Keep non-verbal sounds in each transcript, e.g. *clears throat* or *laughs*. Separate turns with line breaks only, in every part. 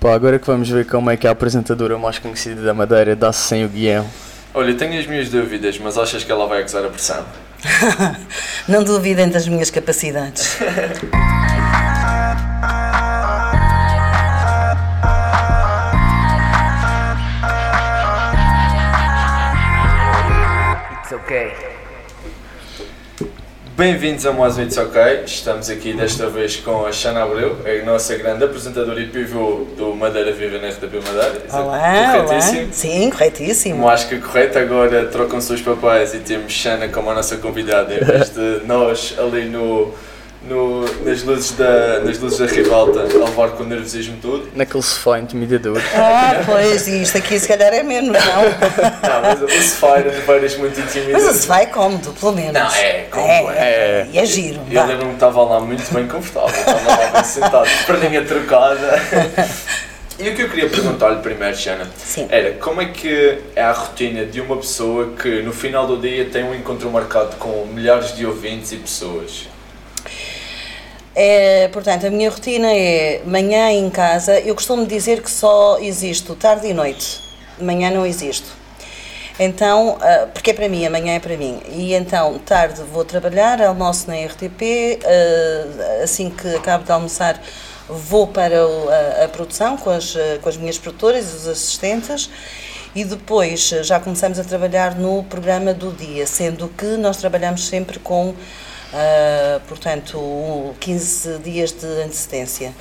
Pá, agora que vamos ver como é que a apresentadora mais conhecida da Madeira dá -se sem o guião.
Olha, eu tenho as minhas dúvidas, mas achas que ela vai acusar a pressão?
Não duvidem das
*laughs*
minhas capacidades.
It's okay.
Bem-vindos a mais um It's OK. Estamos aqui desta vez com a Xana Abreu, a nossa grande apresentadora e pivô do Madeira Viva na RTP Madeira. Exato.
Olá, olá.
Corretíssimo.
Sim, corretíssimo.
Como acho que é correto, agora trocam-se os papéis e temos Xana como a nossa convidada, em vez
*laughs*
de nós ali no, no- nas, luzes da, nas luzes da ribalta a levar com o nervosismo
*laughs*
tudo.
Naquele sofá intimidador.
Ah, pois, e isto aqui se calhar é
*laughs*
menos, não?
Não, mas o Sefai era de várias muito intimidante.
Mas o sofá é cómodo, pelo menos.
Não, é cómodo,
É,
é.
E é giro.
Eu
vá.
lembro-me que estava lá muito bem confortável, estava lá bem sentado, perninha
*laughs*
trocada. E o que eu queria perguntar-lhe primeiro, Jana,
Sim.
era como é que é a rotina de uma pessoa que no final do dia tem um encontro marcado com milhares de ouvintes e pessoas?
É, portanto, a minha rotina é manhã em casa. Eu costumo dizer que só existo tarde e noite. Manhã não existo. Então, ah, porque é para mim, amanhã é para mim. E então, tarde vou trabalhar, almoço na RTP. ah, assim que acabo de almoçar, vou para o- a, a produção com as, ah, com as minhas produtoras e os assistentes. E depois ah, já começamos a trabalhar no programa do dia, sendo que nós trabalhamos sempre com Uh, portanto, o- 15 dias de antecedência.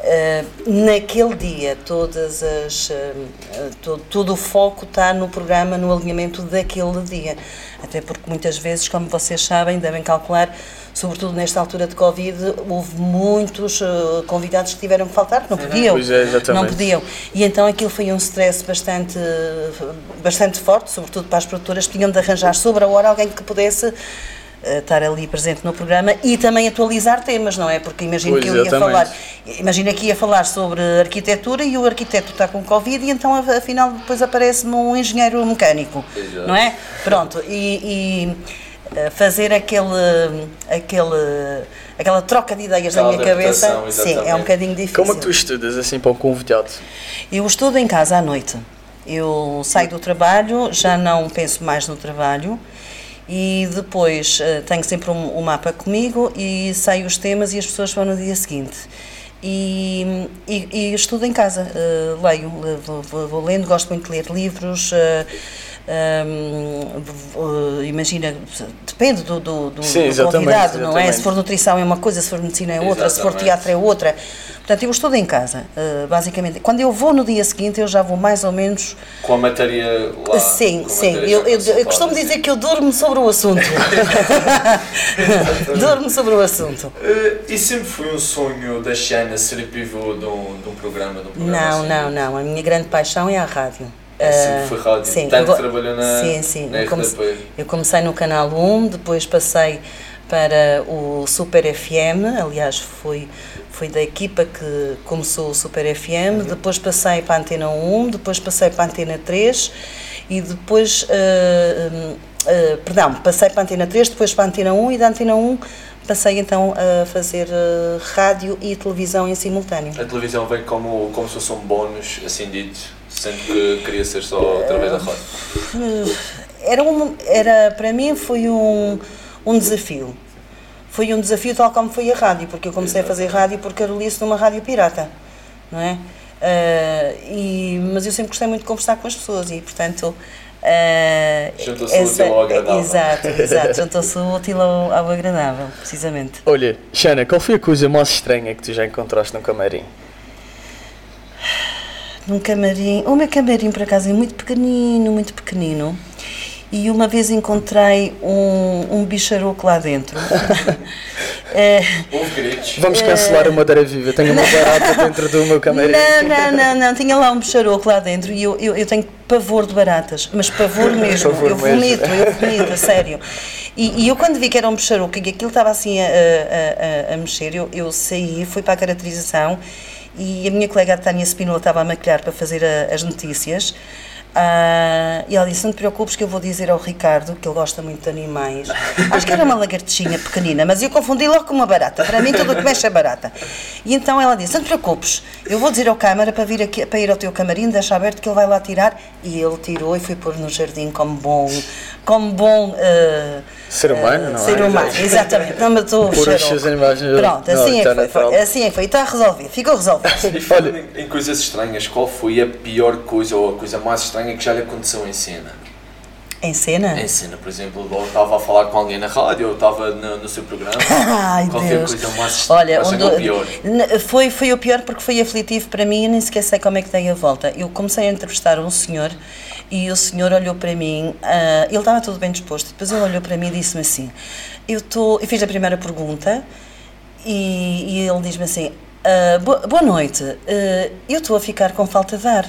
Uh, naquele dia, todas as, uh, uh, todo, todo o foco está no programa, no alinhamento daquele dia. Até porque muitas vezes, como vocês sabem, devem calcular, sobretudo nesta altura de Covid, houve muitos uh, convidados que tiveram que faltar, que não podiam.
Pois é, exatamente.
Não podiam. E então aquilo foi um stress bastante, bastante forte, sobretudo para as produtoras, que tinham de arranjar sobre a hora alguém que pudesse eh, estar ali presente no programa e também atualizar temas, não é? Porque imagino
Pois,
que eu ia
exatamente.
falar, imagina que ia falar sobre arquitetura e o arquiteto está com Covid e então af- afinal depois aparece-me um engenheiro mecânico,
Exato.
não é? Pronto, e, e, eh, fazer aquele, aquele, aquela troca de ideias na
Aquela
minha cabeça,
adaptação,
sim, é um
exatamente.
bocadinho difícil.
Como é que tu estudas assim para um convidado?
Eu estudo em casa à noite. Eu saio do trabalho, já não penso mais no trabalho e depois eh, tenho sempre um, um mapa comigo e saio os temas e as pessoas vão no dia seguinte. E, e- e estudo em casa, eh, leio, le- vou, vou- vou lendo, gosto muito de ler livros. eh, ehm, v- eh, imagina, depende do, do, do-
Sim,
do
exatamente,
convidado, não é?
exatamente.
Se for nutrição é uma coisa, se for medicina é outra, se for
Exatamente.
teatro é outra. Portanto, eu estudo em casa, eh, basicamente. Quando eu vou no dia seguinte, eu já vou mais ou menos. eh,
Com a matéria lá.
sim,
com a
sim.
matéria
Eu,
já
eu- eu
consultada,
costumo
assim.
dizer que eu durmo sobre
*laughs*
o assunto. *laughs* durmo sobre o assunto.
Eh, E sempre foi um sonho da Xana ser pivô de um, de um programa, de um programa
Não,
assim?
não, não. A minha grande paixão é a rádio.
É, sempre
Ah,
foi rádio.
sim,
Tanto
eu go-
trabalhou na-
Sim, sim.
na
eu, comece-
RTP.
eu comecei no Canal 1, depois passei para o Super FM, aliás, fui, fui da equipa que começou o Super FM, depois passei para a Antena 1, depois passei para a Antena 3 e depois. ah, hum, ah, perdão, passei para a Antena 3, depois para a Antena 1 e da Antena 1 passei então a fazer ah, rádio e televisão em simultâneo.
A televisão vem como, como se fosse um bónus, assim dito, sendo que queria ser só através da rádio.
era um era para mim foi um um desafio foi um desafio tal como foi a rádio porque eu comecei a fazer rádio por Carolice numa rádio pirata não é Ah, e mas eu sempre gostei muito de conversar com as pessoas e portanto ah,
Juntou-se o útil ao agradável.
exato exato juntou-se o útil ao, ao agradável precisamente
Olha, Xana, qual foi a coisa mais estranha que tu já encontraste no camarim?
num camarim. O meu camarim, por acaso, é muito pequenino, muito pequenino. E uma vez encontrei um, um bicharoco lá dentro. *laughs* Eh,
Houve gritos.
Vamos cancelar a Madeira Viva, tenho uma
*laughs*
barata dentro do meu camarim.
Não, não, não, não. Tinha lá um bicharoco lá dentro e eu, eu, eu tenho pavor de baratas, mas pavor mesmo.
*laughs* Pavor
eu
mesmo.
vomito, eu vomito, a sério. E, e eu quando vi que era um bicharoco e que aquilo estava assim a, a- a- a mexer, eu, eu saí, fui para a caracterização e a minha colega a Tânia Spinola estava a maquilhar para fazer a- as notícias. Ah, e ela disse: Não te preocupes, que eu vou dizer ao Ricardo que ele gosta muito de animais. Acho que era uma lagartixinha pequenina, mas eu confundi logo com uma barata. Para mim, tudo o que mexe é barata. E então ela disse: Não te preocupes, eu vou dizer ao câmara para, vir aqui, para ir ao teu camarim, deixa aberto que ele vai lá tirar. E ele tirou e foi pôr no jardim como bom, como bom ah,
Ser humano, não é?
ser humano. Exatamente, não matou o
Pôr os
xarope.
seus animais no-
Pronto,
no
assim é, que
natural.
foi, assim é que foi. E está resolvido, ficou resolvido.
E falando em, em coisas estranhas, qual foi a pior coisa ou a coisa mais estranha que já lhe aconteceu em cena?
em cena?
Em cena, por exemplo, ou estava a falar com alguém na rádio, ou estava no, no seu
*laughs*
programa.
*laughs* Ai,
qual
Deus.
foi a coisa mais estranha?
Olha,
Acha
onde-
um
que é o pior?
N- Foi, foi o pior porque foi aflitivo para mim e nem sequer sei como é que dei a volta. Eu comecei a entrevistar um senhor e o senhor olhou para mim, ah, ele estava tudo bem disposto, depois ele olhou para mim e disse-me assim, eu estou, eu fiz a primeira pergunta e, e ele diz-me assim, "Ah, bo- boa noite, ah, eu estou a ficar com falta de ar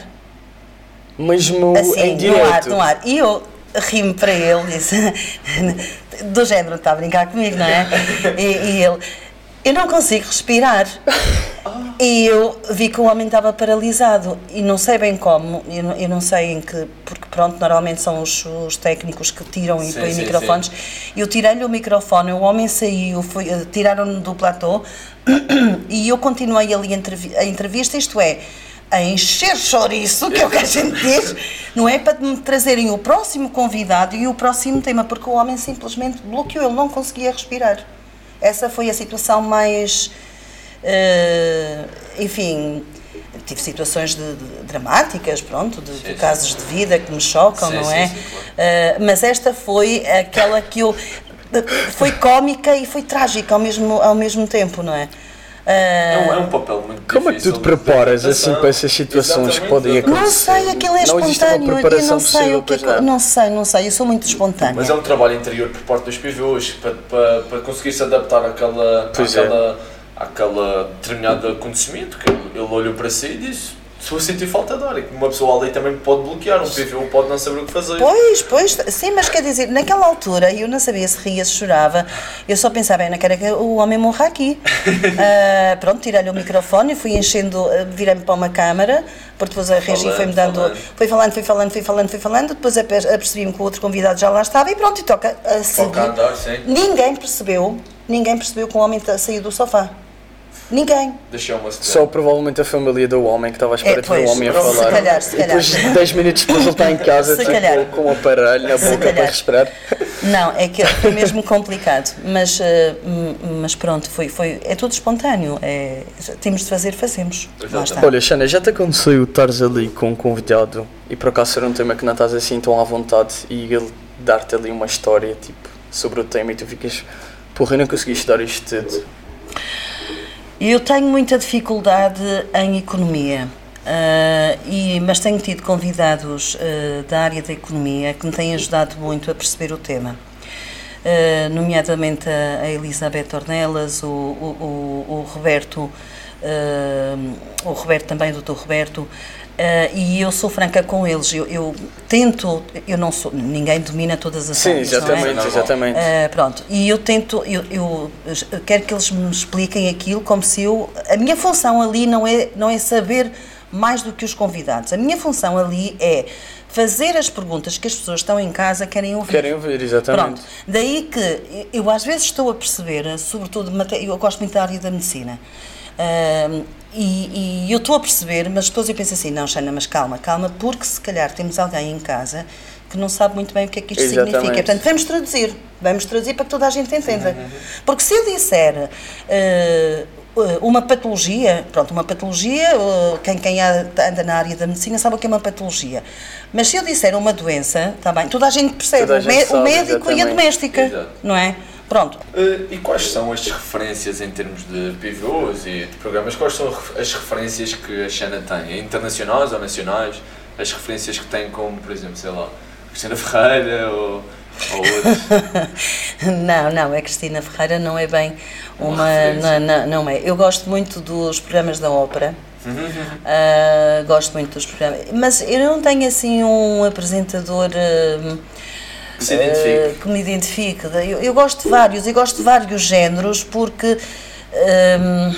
Mesmo
assim,
É
em
no ar,
direto.
no ar. E eu rimo para ele, disse, *laughs* do género, está a brincar comigo, não é? E, e ele, eu não consigo respirar. E eu vi que o homem estava paralisado e não sei bem como, eu não, eu não sei em que, porque pronto, normalmente são os, os técnicos que tiram e
Sim,
põem
sim,
microfones. Eu tirei-lhe o microfone, o homem saiu, foi- eh, tiraram-no do platô *clears throat* e eu continuei ali a entrevi- a entrevista, isto é, a encher chouriço, que é o que a gente diz, não é? Para me trazerem o próximo convidado e o próximo tema, porque o homem simplesmente bloqueou, ele não conseguia respirar. Essa foi a situação mais. eh, enfim, tive situações de- de- dramáticas, pronto, de, de
sim.
casos de vida que me chocam,
Sim,
não
sim,
é?
sim, claro.
Uh, mas esta foi aquela que eu. Foi cómica e foi trágica ao mesmo, ao mesmo tempo, não é?
É
Uh,
um, é um papel muito
Como é que
difícil.
tu te preparas,
de adaptação.
assim, para essas situações que podem
Exatamente,
acontecer?
não
exatamente.
sei, aquilo é
Não existe uma
espontâneo. Eu
preparação
não sei o que é
possível,
que-
pois não.
Não sei, não sei. Eu sou muito espontânea.
Mas é um trabalho interior por parte dos pivôs, para, para, para conseguir se adaptar àquela,
Pois
àquela, àquela determinado acontecimento que ele olhou para si e disse se eu sentir falta de ar, e que uma pessoa ali também pode bloquear, um pivô pode não saber o que fazer.
Pois, pois, sim, mas quer dizer, naquela altura eu não sabia se ria, se chorava, eu só pensava, eu não quero é que o homem
*laughs*
morra aqui. Ah, pronto, tirei-lhe o microfone, fui enchendo, ah, virei-me para uma câmara, porque depois a regi
Falando,
foi-me dando,
falando.
foi falando, foi falando, foi falando, foi falando, depois ape- apercebi-me que o outro convidado já lá estava e pronto, e toca a seguir.
Toca a andar, sim.
Ninguém percebeu, ninguém percebeu que o homem ta- saiu do sofá. Ninguém.
Deixar uma cena.
Só provavelmente a família do homem que estava à espera
É,
de ver o
pois,
homem a
se
falar.
calhar, se
E depois
calhar.
10 minutos depois ele está em casa
*laughs* Se
tipo,
calhar.
com um aparelho na
Se
boca para
calhar.
respirar.
Não, é que foi mesmo complicado, mas, eh, m- mas pronto, foi, foi, é tudo espontâneo. É, temos de fazer, fazemos. Lá está.
Olha, Xana, já te aconteceu estares ali com um convidado e por acaso ser um tema que não estás assim tão à vontade e ele dar-te ali uma história tipo, sobre o tema e tu ficas, porra, eu não consegui estudar isto tudo.
Eu tenho muita dificuldade em economia, ah, e, mas tenho tido convidados ah, da área da economia que me têm ajudado muito a perceber o tema. Ah, nomeadamente a, a Elizabeth Ornelas, o, o- o- o Roberto, ah, o Roberto também, o Dr. Roberto, ah, e eu sou franca com eles. Eu, eu tento, eu não sou, ninguém domina todas as
Sim,
áreas, não é?
exatamente,
normal.
exatamente.
Ah, pronto, e eu tento, eu, eu quero que eles me expliquem aquilo como se eu. A minha função ali não é, não é saber mais do que os convidados. A minha função ali é fazer as perguntas que as pessoas estão em casa querem ouvir.
Querem ouvir, exatamente.
É. Pronto, daí que eu às vezes estou a perceber, eh, sobretudo, mate- eu gosto muito da área da medicina, Ahm, e, e eu estou a perceber, mas depois eu penso assim, não, Xana, mas calma, calma, porque se calhar temos alguém em casa que não sabe muito bem o que é que isto significa.
Exatamente.
Portanto, vamos traduzir, vamos traduzir para que toda a gente entenda. Porque se eu disser eh, uma patologia, pronto, uma patologia, eh, quem, quem a- anda na área da medicina sabe o que é uma patologia, mas se eu disser uma doença, está bem, toda a gente percebe
Toda a
É, o,
gente
mé- o
sabe,
médico e a
exatamente.
doméstica,
Exato.
não é? Pronto.
Eh, E quais são as referências em termos de pivôs e de programas? Quais são ref- as referências que a Xana tem? É Internacionais ou nacionais? As referências que tem como, por exemplo, sei lá, Cristina Ferreira ou, ou outros?
Não, não, a Cristina Ferreira não é bem uma.
referência.
Não, não, não é. Eu gosto muito dos programas da ópera.
Uhum.
Ah, gosto muito dos programas. Mas eu não tenho assim um apresentador. ah,
que se identifique.
eh, que me identifique. Eu, eu gosto de vários, eu gosto de vários géneros porque hum,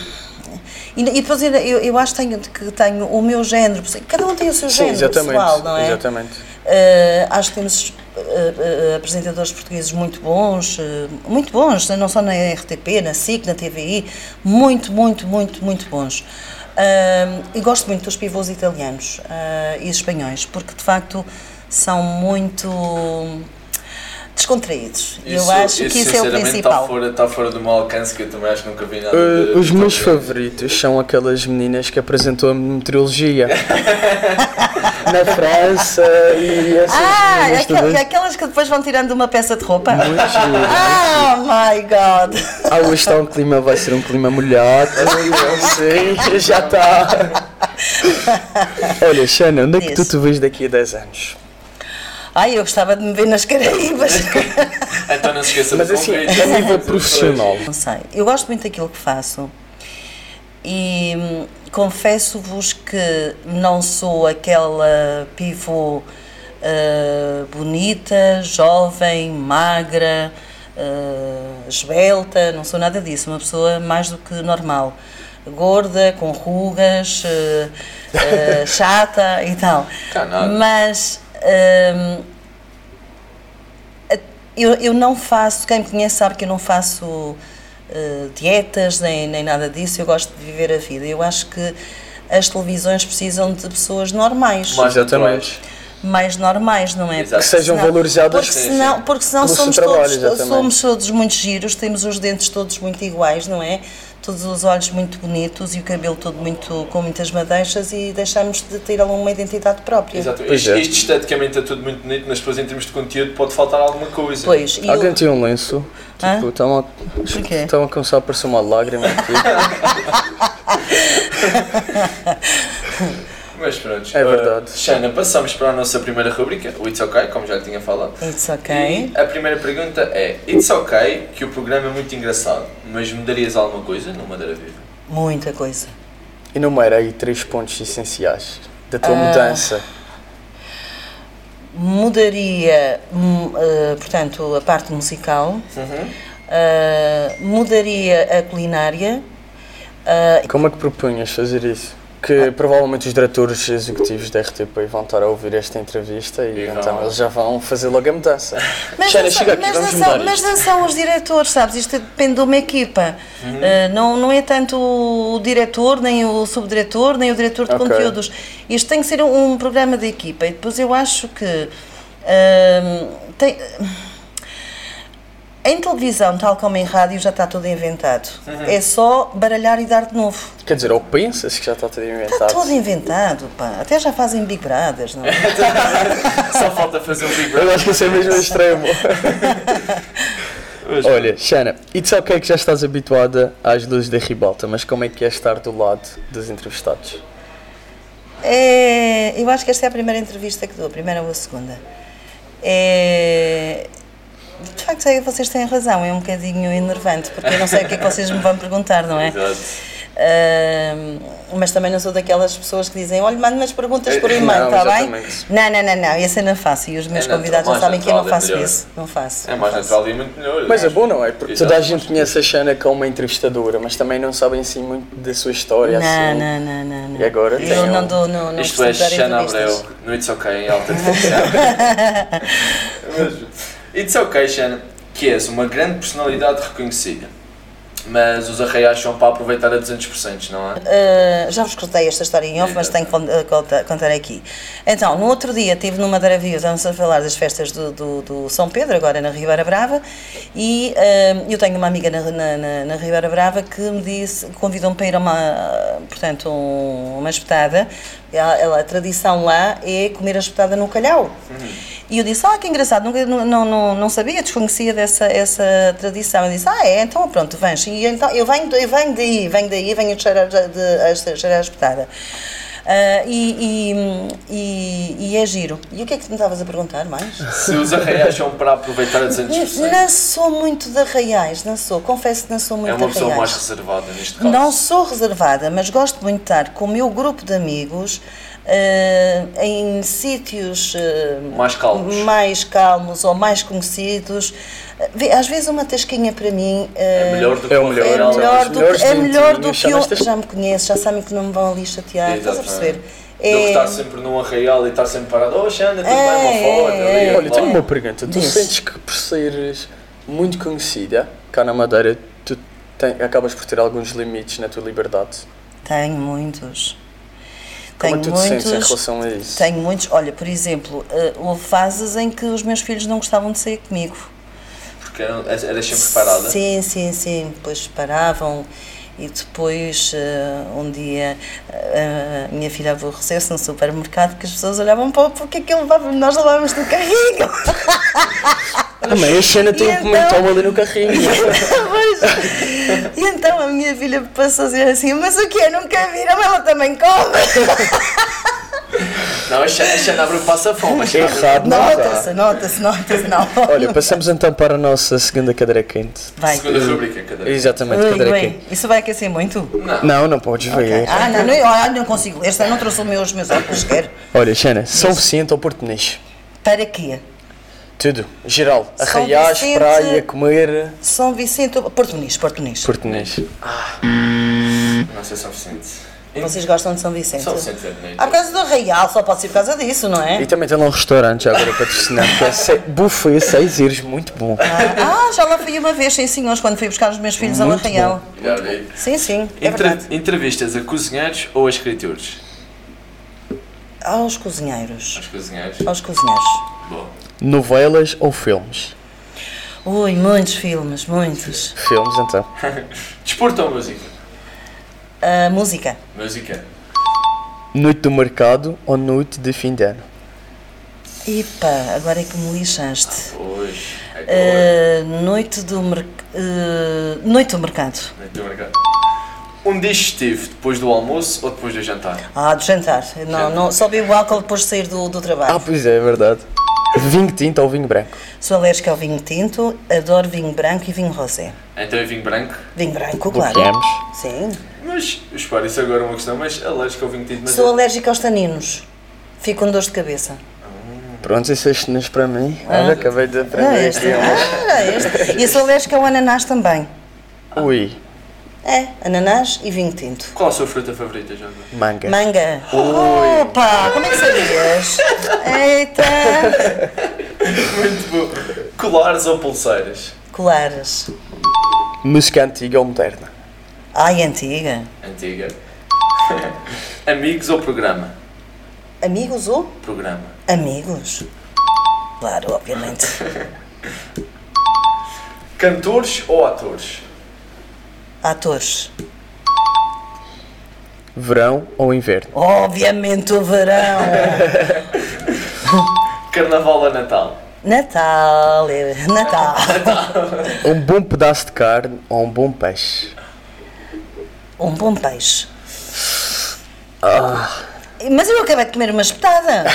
E, e depois ainda- eu, eu acho que tenho, que tenho o meu género, por exemplo, cada um tem o seu
Sim,
género
exatamente.
pessoal, não é?
Exatamente.
Eh, acho que temos eh, eh, apresentadores portugueses muito bons, eh, muito bons, não só na RTP, na SIC, na TVI, muito, muito, muito, muito bons. Ah, e gosto muito dos pivôs italianos ah, e espanhóis, porque de facto são muito descontraídos. Eu acho que isso é o
sinceramente,
principal.
Está fora, está fora do meu alcance, que eu também acho que nunca vi nada.
Uh,
de-
os
de
meus
tão grande.
favoritos são aquelas meninas que apresentou a
*laughs*
meteorologia na França e essas
Ah,
meninas
aquel-
todas.
aquelas que é depois vão tirando uma peça de roupa.
Muito giro.
Oh my god!
Ah, hoje está um clima, vai ser um clima molhado. *laughs* Sim, já está. Olha, Xana, onde é que tu
Isso.
te vês daqui a 10 anos?
Ai, eu gostava de me ver nas Caraíbas.
Então não se esqueça
Mas
do
assim,
convite.
a nível profissional.
Não sei, eu gosto muito daquilo que faço e hum, confesso-vos que não sou aquela pivô eh, bonita, jovem, magra, eh, esbelta, não sou nada disso, uma pessoa mais do que normal. Gorda, com rugas, eh, eh, chata e tal.
Cá nada.
Mas hum, eu, eu não faço, quem me conhece sabe que eu não faço eh, dietas nem, nem nada disso, eu gosto de viver a vida. Eu acho que as televisões precisam de pessoas normais,
Mas-
Exatamente.
mais normais, não é?
Exato.
Que sejam
senão-
valorizadas.
Porque
Sim,
senão,
sim.
porque senão
Pelo seu
somos,
trabalho,
todos,
exatamente.
somos todos muito giros, temos os dentes todos muito iguais, não é? Todos os olhos muito bonitos e o cabelo todo muito, com muitas madeixas e deixamos de ter alguma identidade própria.
Exato.
Pois
Isto,
é.
isto esteticamente é tudo muito bonito, mas depois em termos de conteúdo pode faltar alguma coisa.
Pois, e
Alguém Então-
eu,
tem um lenço?
Hã?
Tipo, estão a,
Porquê?
estão a começar a aparecer uma lágrima aqui.
Mas pronto.
É
uh,
verdade.
Xana, passamos para a nossa primeira rubrica, o It's OK, como já lhe tinha falado.
it's ok.
E a primeira pergunta é: It's OK que o programa é muito engraçado, mas mudarias alguma coisa no Madeira Viva?
Muita coisa.
Enumera aí três pontos essenciais da tua mudança.
mudaria, hum, eh, portanto, a parte musical,
Uhum.
eh, mudaria a culinária, eh,
Como é que propunhas fazer isso? Que provavelmente os diretores executivos da RTP vão estar a ouvir esta entrevista e
E vão.
então eles já vão fazer logo a mudança.
Mas,
Xana,
não, são,
chega aqui,
mas, não
vamos
são,
mudar
mas
isto.
não são os diretores, sabes? Isto depende de uma equipa.
Uhum.
Eh, não, não é tanto o diretor, nem o subdiretor, nem o diretor de
Ok.
conteúdos. Isto tem que ser um, um programa de equipa. E depois eu acho que. ehm, tem- em televisão, tal como em rádio, já está tudo inventado.
Uhum.
É só baralhar e dar de novo.
Quer dizer, ou pensas que já está tudo
Está
Tá
inventado?
tudo Tá inventado, pá. Até já fazem Big Brothers,
*laughs*
não é?
*laughs* Só falta fazer um Big
Eu
Brother.
acho que isso é mesmo extremo.
Mas
*laughs* Olha, Xana, it's ok que já estás habituada às luzes da ribalta, mas como é que é estar do lado dos entrevistados?
É, Eu acho que esta é a primeira entrevista que dou, a primeira ou a segunda. É, De facto, aí vocês têm razão, é um bocadinho enervante, porque eu não sei o que é que vocês me vão perguntar, não é?
Exato.
Ahm, mas também não sou daquelas pessoas que dizem, olha, manda-me as perguntas por e-mail,
Não,
está bem?
exatamente.
Não, não, não, não, isso eu não faço. E os meus
É natural,
convidados já
mais
sabem que eu não
natural, é
faço
melhor.
isso. Não faço.
É
não
mais
faço.
natural e muito melhor.
Mas é bom, não é? Porque toda a
Exato.
gente conhece a Xana como entrevistadora, mas também não sabem assim muito da sua história.
é
Não,
assim.
não, não, não, não.
E agora tem
Eu
um-
não dou, não, não
Isto
costumo
é
dar
Xana
entrevistas.
Abreu, no It's OK em alta *laughs* definição. Mas, É It's OK, Xana, que és uma grande personalidade reconhecida, mas os arraiais são para aproveitar a 200%, não é?
Uh, já vos contei esta história em off, mas tenho que con- uh, conta- contar aqui. Então, no outro dia estive no Madeira Viva, estamos a falar das festas do, do- do São Pedro, agora na Ribeira Brava, e uh, eu tenho uma amiga na, na, na- na Ribeira Brava que me disse, convidou-me para ir a uma, uh, portanto, um- uma espetada. Ela, ela- a tradição lá é comer a espetada no calhau. E eu disse, ah, que engraçado, nunca, nu- não, não, não sabia, desconhecia dessa essa tradição. Eu disse, ah, é, então pronto, vens. E então, eu venho, eu venho daí, venho daí, venho de cheirar, de, a cheirar a espetada. Ah, e, e, e- e é giro. E o que é que tu me estavas a
*laughs*
perguntar mais?
Se os arraiais são para aproveitar a 200%,
Não sou muito de arraiais, não sou, confesso que não sou muito
é
de
uma
arraiais.
pessoa mais reservada neste caso.
Não sou reservada, mas gosto muito de estar com o meu grupo de amigos eh, em sítios eh,
Mais calmos.
mais calmos ou mais conhecidos. Eh, vê, Às vezes uma tasquinha para mim eh,
É melhor do que
É o
uma
melhor,
é
reunião.
então.
melhor do
melhores
que, é melhor do
dentinhos,
que
chamaste
eu.
este-
Já me conhecem, já sabem que não me vão ali chatear, estás a perceber?
É... Do que estar sempre num arraial e estar sempre parado. Oh, Xana, tudo
É,
bem, uma foto.
é,
ali,
é.
Olha,
lá.
tenho uma pergunta. Tu
Diz.
sentes que por seres muito conhecida cá na Madeira, tu tem- acabas por ter alguns limites na tua liberdade?
Tenho muitos.
Como é
Tenho
que tu te sentes em
muitos.
relação a isso?
Tenho muitos. Olha, por exemplo, eh, houve fases em que os meus filhos não gostavam de sair comigo.
Porque era- eras sempre parada.
Sim, sim, sim. Depois paravam e depois eh, um dia eh, a minha filha aborreceu-se no supermercado que as pessoas olhavam para o- porque é que ele levava, nós levávamos no
*laughs*
carrinho.
Ah, mas a Xana tem
E
um pimentão
então?
ali no carrinho.
*laughs* Pois. E então a minha filha passou a dizer assim, mas o que é? Nunca viram? Ela também come.
Não, a
é-
Xana, a Xana abre o passafome. a Xana abre-
Errado, não está.
Nota-se, nota-se, nota-se, não.
Olha, passamos então para a nossa segunda cadeira quente.
Vai.
Segunda rubrica, cada vez.
Exatamente,
Ui,
cadeira
bem,
quente.
isso vai aquecer muito?
Não.
Não, não podes ver.
Ah, não, não, olha, não consigo. Este eu não trouxe os meus, meus óculos, quero.
Olha, Xana, São Vicente ou Porto Peniche?
Para quê?
Tudo. Geral.
São
Arraiais,
Vicente.
praia, comer.
São Vicente, ou- Porto Muniz, Porto Muniz.
Porto Peniche.
Não sei se é suficiente.
Vocês gostam de São Vicente?
São Vicente é bonito.
Ah, por causa do Real, só pode ser por causa disso, não
E *laughs*
é?
também tem lá um restaurante já agora patrocinado, que é
*laughs*
se- buffet 6 euros, muito bom.
Ah, já lá fui uma vez, sim senhores, quando fui buscar os meus filhos ao
Muito
Arraial.
Já vi.
Sim, sim, é
Entre-
verdade.
Entrevistas a cozinheiros ou a escritores?
Aos cozinheiros.
Aos cozinheiros.
Aos cozinheiros.
Bom.
Novelas ou filmes?
Ui, muitos filmes, muitos.
Filmes então.
Desporto ou música?
Ah, música.
Música.
Noite do mercado ou noite de fim de ano?
Epa, agora é que me lixaste.
Hoje. Agora.
Ah, noite, do merc... ah, noite do mercado.
Muito obrigado. Um digestivo depois do almoço ou depois do jantar?
Ah, do jantar. Não, não, só bebo álcool depois de sair do, do
Ah,
trabalho.
pois é, é verdade. Vinho tinto ou vinho branco?
Sou alérgica ao vinho tinto, adoro vinho branco e vinho rosé.
Então é vinho branco.
Vinho branco, claro.
Bloqueamos.
Sim.
Mas, eu espero, isso agora é uma questão, mas alérgico ao vinho tinto, mas
Sou
é-
alérgica aos taninos. Fico com dor de cabeça.
Pronto, isso é chinês para mim. Olha, acabei de
Ah,
aprender
este.
aqui. umas-
Ah, este. E sou alérgica ao ananás também. um-
Ui,
É, ananás e vinho tinto.
Qual a sua fruta favorita, João? Não
manga.
Manga. Opa, como é que sabias? Eita.
Muito bom. Colares ou pulseiras?
Colares.
Música antiga ou moderna?
Ai, antiga.
Antiga. *laughs* Amigos ou programa?
Amigos ou?
Programa.
Amigos. Claro, obviamente.
Cantores ou atores?
Atores.
Verão ou inverno?
Obviamente o verão. *laughs*
Carnaval ou Natal?
Natal. é- Natal. *laughs*
Um bom pedaço de carne ou um bom peixe?
Um bom peixe.
Ah.
Mas eu acabei de comer uma espetada.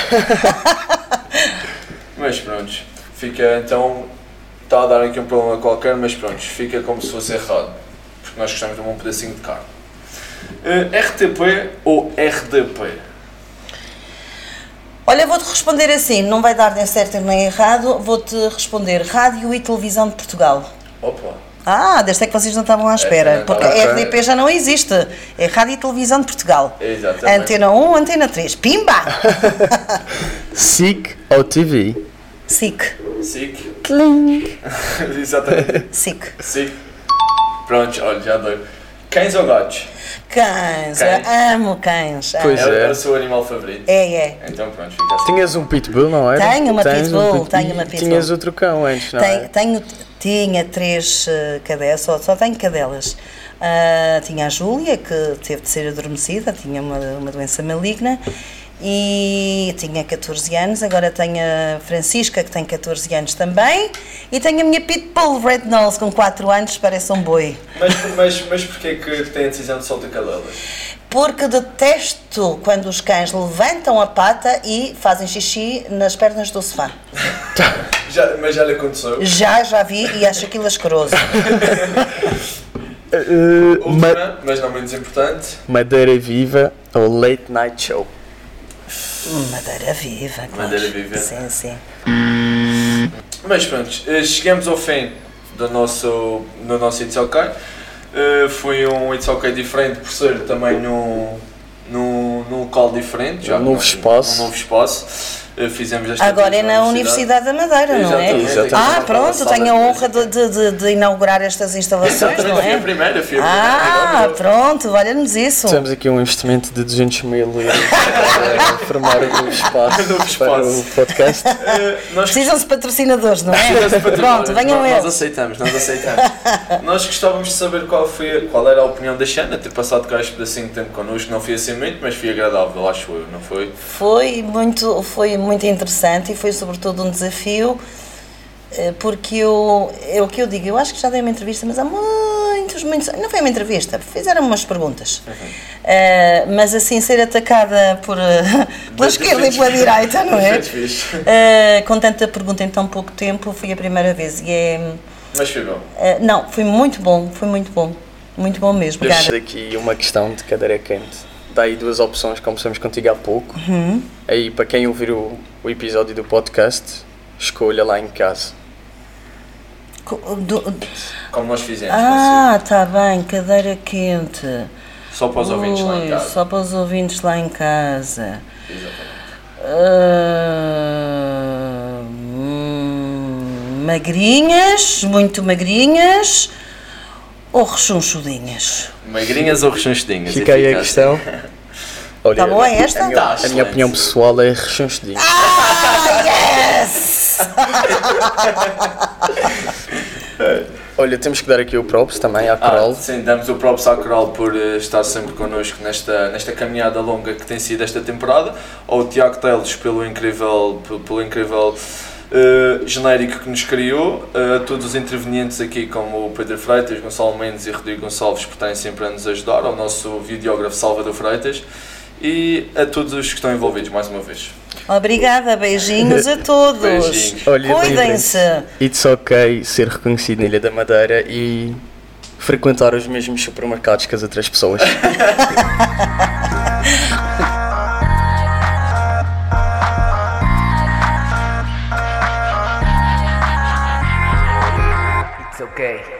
Mas pronto, fica então. Está a dar aqui um problema qualquer, mas pronto, fica como se fosse errado. Porque nós gostamos de um bom pedacinho de carne. Eh, RTP ou RDP?
Olha, vou-te responder assim, não vai dar nem certo nem errado, vou-te responder Rádio e Televisão de Portugal.
Opa!
Ah, desde é que vocês não estavam à espera,
não,
porque
É, ok.
a RDP já não existe. É Rádio e Televisão de Portugal.
é Exatamente.
Antena 1, Antena 3. Pimba!
*laughs*
SIC ou TV?
SIC,
SIC. *laughs* Exatamente.
SIC.
SIC. Pronto, olha, já deu. Cães ou gatos?
Cães,
Cães.
eu amo cães. amo.
Pois
Era,
é.
era o seu animal favorito.
É, é.
Então pronto, fica assim.
Tinhas um pitbull, não era?
Tenho uma
Tens
pitbull,
pit-
tenho
e
uma pitbull.
Tinhas outro cão antes, não
Tenho,
é?
tenho- tinha três eh, cadelas, só, só tenho cadelas. Ah, tinha a Júlia, que teve de ser adormecida, tinha uma, uma doença maligna, e tinha 14 anos. Agora tenho a Francisca, que tem 14 anos também, e tenho a minha Pitbull Red Nose, com 4 anos, parece um boi.
Mas, mas, mas porquê que tem a decisão de soltar cadelas?
Porque detesto quando os cães levantam a pata e fazem xixi nas pernas do sofá.
Já, mas já lhe aconteceu?
Já, já vi e acho aquilo asqueroso.
Uh,
Última,
ma- Eh,
mas não menos importante,
Madeira Viva ou Late Night Show?
Madeira viva, claro.
Madeira viva.
Sim, sim.
Mas pronto, eh, chegamos ao fim do nosso, do nosso It's OK. Eh, Foi um It's OK diferente, por ser também num, num, num local diferente.
Um novo espaço.
Um novo espaço. Eh, Fizemos esta
Agora
vez
é na Universidade da Madeira, não é?
Exatamente,
exatamente.
Ah,
Aquela
pronto,
sala
tenho
de-
a honra de, de- de- de inaugurar estas instalações,
Exatamente,
não
fui Então, a
é?
primeira, fui a primeira.
Ah, pronto, olha-nos isso.
Temos aqui um investimento de 200 mil euros
*laughs*
para formar um
*laughs*
espaço,
Novo espaço.
para o podcast.
Eh, Nós
Precisam-se de patrocinadores, não é?
Precisam-se para
Pronto,
trabalhar.
venham
nós, nós
eles.
aceitamos, nós aceitamos. nós gostávamos de saber qual, foi, qual era a opinião da Xana, ter passado cá este pedacinho de tempo connosco. Não foi assim muito, mas foi agradável, acho eu, não foi?
Foi muito, foi muito interessante e foi sobretudo um desafio, eh, porque eu, é o que eu digo, eu acho que já dei uma entrevista, mas há muitos, muitos, não foi uma entrevista, fizeram umas perguntas,
Uhum.
Eh, mas assim, ser atacada por, eh, pela esquerda e pela direita, não é?
Foi fixe.
Eh, com tanta pergunta em tão pouco tempo, foi a primeira vez e é,
Mas foi bom.
eh, não, foi muito bom, foi muito bom, muito bom mesmo, cara.
Deixa aqui uma questão de cadeira quente. Dá aí duas opções, começamos contigo há pouco.
Uhum.
Aí, para quem ouvir o, o episódio do podcast, escolha lá em casa.
Co- do-
Como nós fizemos.
ah, está bem, cadeira quente.
assim. Só para os ouvintes lá em
Ui,
casa.
Só para os ouvintes lá em casa.
Exatamente.
Ah, hum, magrinhas, muito magrinhas ou rechonchudinhas?
Magrinhas ou assim. rechonchudinhas?
Fica aí a
Eficaz.
questão.
*laughs*
Olha,
Tá boa esta?
A minha,
Tá
a minha
excelente.
opinião pessoal é rechonchudinho.
Ah, yes!
Olha, temos que dar aqui o props também à
Ah,
Carol.
sim, damos o props ao Coral por eh, estar sempre connosco nesta, nesta caminhada longa que tem sido esta temporada, ao Tiago Teles pelo incrível, pelo, pelo incrível eh, genérico que nos criou, eh, a todos os intervenientes aqui como o Pedro Freitas, Gonçalo Mendes e Rodrigo Gonçalves por estarem sempre a nos ajudar, ao nosso videógrafo Salvador Freitas e a todos os que estão envolvidos mais uma vez.
Obrigada, beijinhos a todos.
Beijinhos.
Olha,
Cuidem-se.
lembrem-se, It's ok ser reconhecido na Ilha da Madeira e frequentar os mesmos supermercados que as outras pessoas.
It's okay.